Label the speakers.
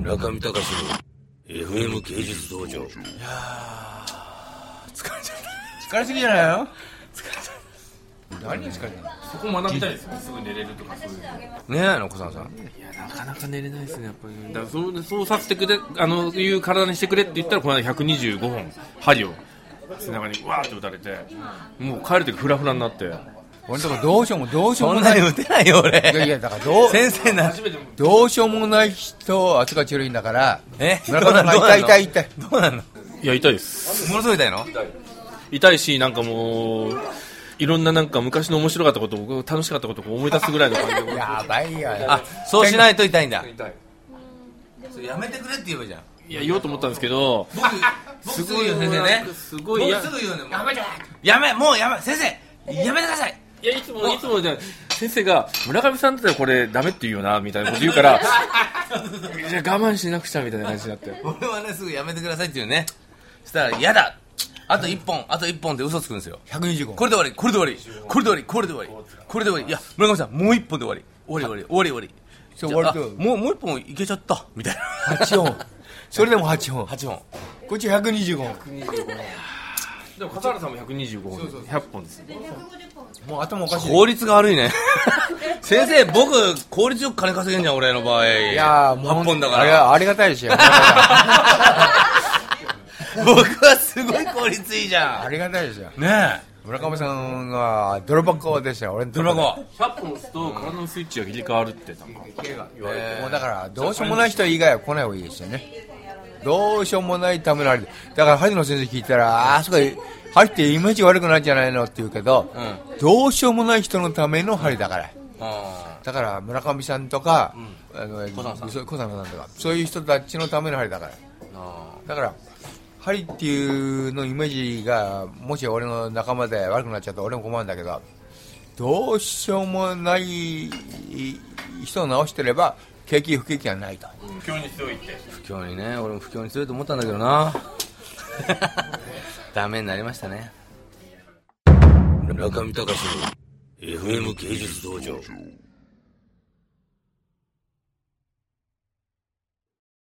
Speaker 1: 中見隆の FM 芸術道場
Speaker 2: 疲れちゃっ
Speaker 3: 疲れすぎじゃないの
Speaker 2: 何が疲れたの
Speaker 3: そこ学びたいです
Speaker 4: すぐ寝れるとかそういう
Speaker 3: ねえの小沢さん
Speaker 4: いやなかなか寝れないですねやっぱりねだからそうそうさせてくれあのいう体にしてくれって言ったらこの間125本針を背中にわーって打たれてもう帰る時フラフラになって
Speaker 2: 俺のとこどうしようもどうしよう
Speaker 3: そ
Speaker 2: も
Speaker 3: ん
Speaker 2: な
Speaker 3: ないに打てないよ俺
Speaker 2: いやいやだからどう
Speaker 3: 先生な
Speaker 4: 初めても
Speaker 2: どうしようもない人を扱い強いんだから
Speaker 3: え
Speaker 2: 村上さんが
Speaker 3: どうなの
Speaker 2: 痛い痛い痛い
Speaker 3: どうなんの
Speaker 4: いや痛いです
Speaker 3: ものすごい痛いの
Speaker 4: 痛いしなんかもういろんななんか昔の面白かったこと僕楽しかったことを思い出すぐらいの感じで
Speaker 2: やばいよ
Speaker 3: あそうしないと痛いんだ
Speaker 4: 痛い
Speaker 3: それやめてくれって言えばいいじゃん
Speaker 4: いや言おうと思ったんですけど
Speaker 3: 僕すごいよ先生ね
Speaker 4: すごいいや
Speaker 3: 僕すぐ言うねもうやめもうやめ先生やめてください
Speaker 4: いやいつもいつもじゃ先生が村上さんだったらこれダメって言うよなみたいなこと言うからじゃあ我慢しなくちゃみたいな感じになって
Speaker 3: 俺はねすぐやめてくださいって言うねそしたら嫌だあと1本あと1本って嘘つくんですよ
Speaker 2: 125
Speaker 3: これで終わりこれで終わりこれで終わりこれで終わりこれで終わりいや村上さんもう1本で終わり終わり終わり終わり
Speaker 2: そう
Speaker 3: 終わり
Speaker 2: 終わり
Speaker 3: あもうもう1本いけちゃったみたいな
Speaker 2: 8本 それでも8本
Speaker 3: 8本
Speaker 2: こっち125本
Speaker 4: でも笠原さんも125本で100本です
Speaker 2: もう頭おかしい
Speaker 3: 効率が悪いね 先生僕効率よく金稼げんじゃん俺の場合い
Speaker 2: いやーもう
Speaker 3: 8本だか
Speaker 2: あれ
Speaker 3: ら
Speaker 2: はありがたいですよ
Speaker 3: 僕はすごい効率いいじゃ
Speaker 2: ありがたいですよ
Speaker 3: んねえ
Speaker 2: 村上さんは泥箱でしたよ俺のと
Speaker 3: ド
Speaker 2: こ
Speaker 3: ラゴン
Speaker 4: 100本押すと体のスイッチが切り替わるってなんか
Speaker 2: えーもうだからどうしようもない人以外は来ない方がいいですよねどうしようもないためのあれでだから萩野先生聞いたらあーそこ針ってイメージ悪くないんじゃないのって言うけど、
Speaker 3: う
Speaker 2: どうしようもない人のための針だから
Speaker 3: あ
Speaker 2: だから村上さんとか、あの
Speaker 3: 小山さん
Speaker 2: そう小山さんとかそういう人たちのための針だから
Speaker 3: ーあ
Speaker 2: だから針っていうのイメージがもし俺の仲間で悪くなっちゃったら俺も困るんだけどどうしようもない人を直してれば景気不景気はないと
Speaker 4: 不況に強いって
Speaker 3: 不況にね俺も不況に強いと思ったんだけどな ダメになりましたね中見隆の FM 芸術道場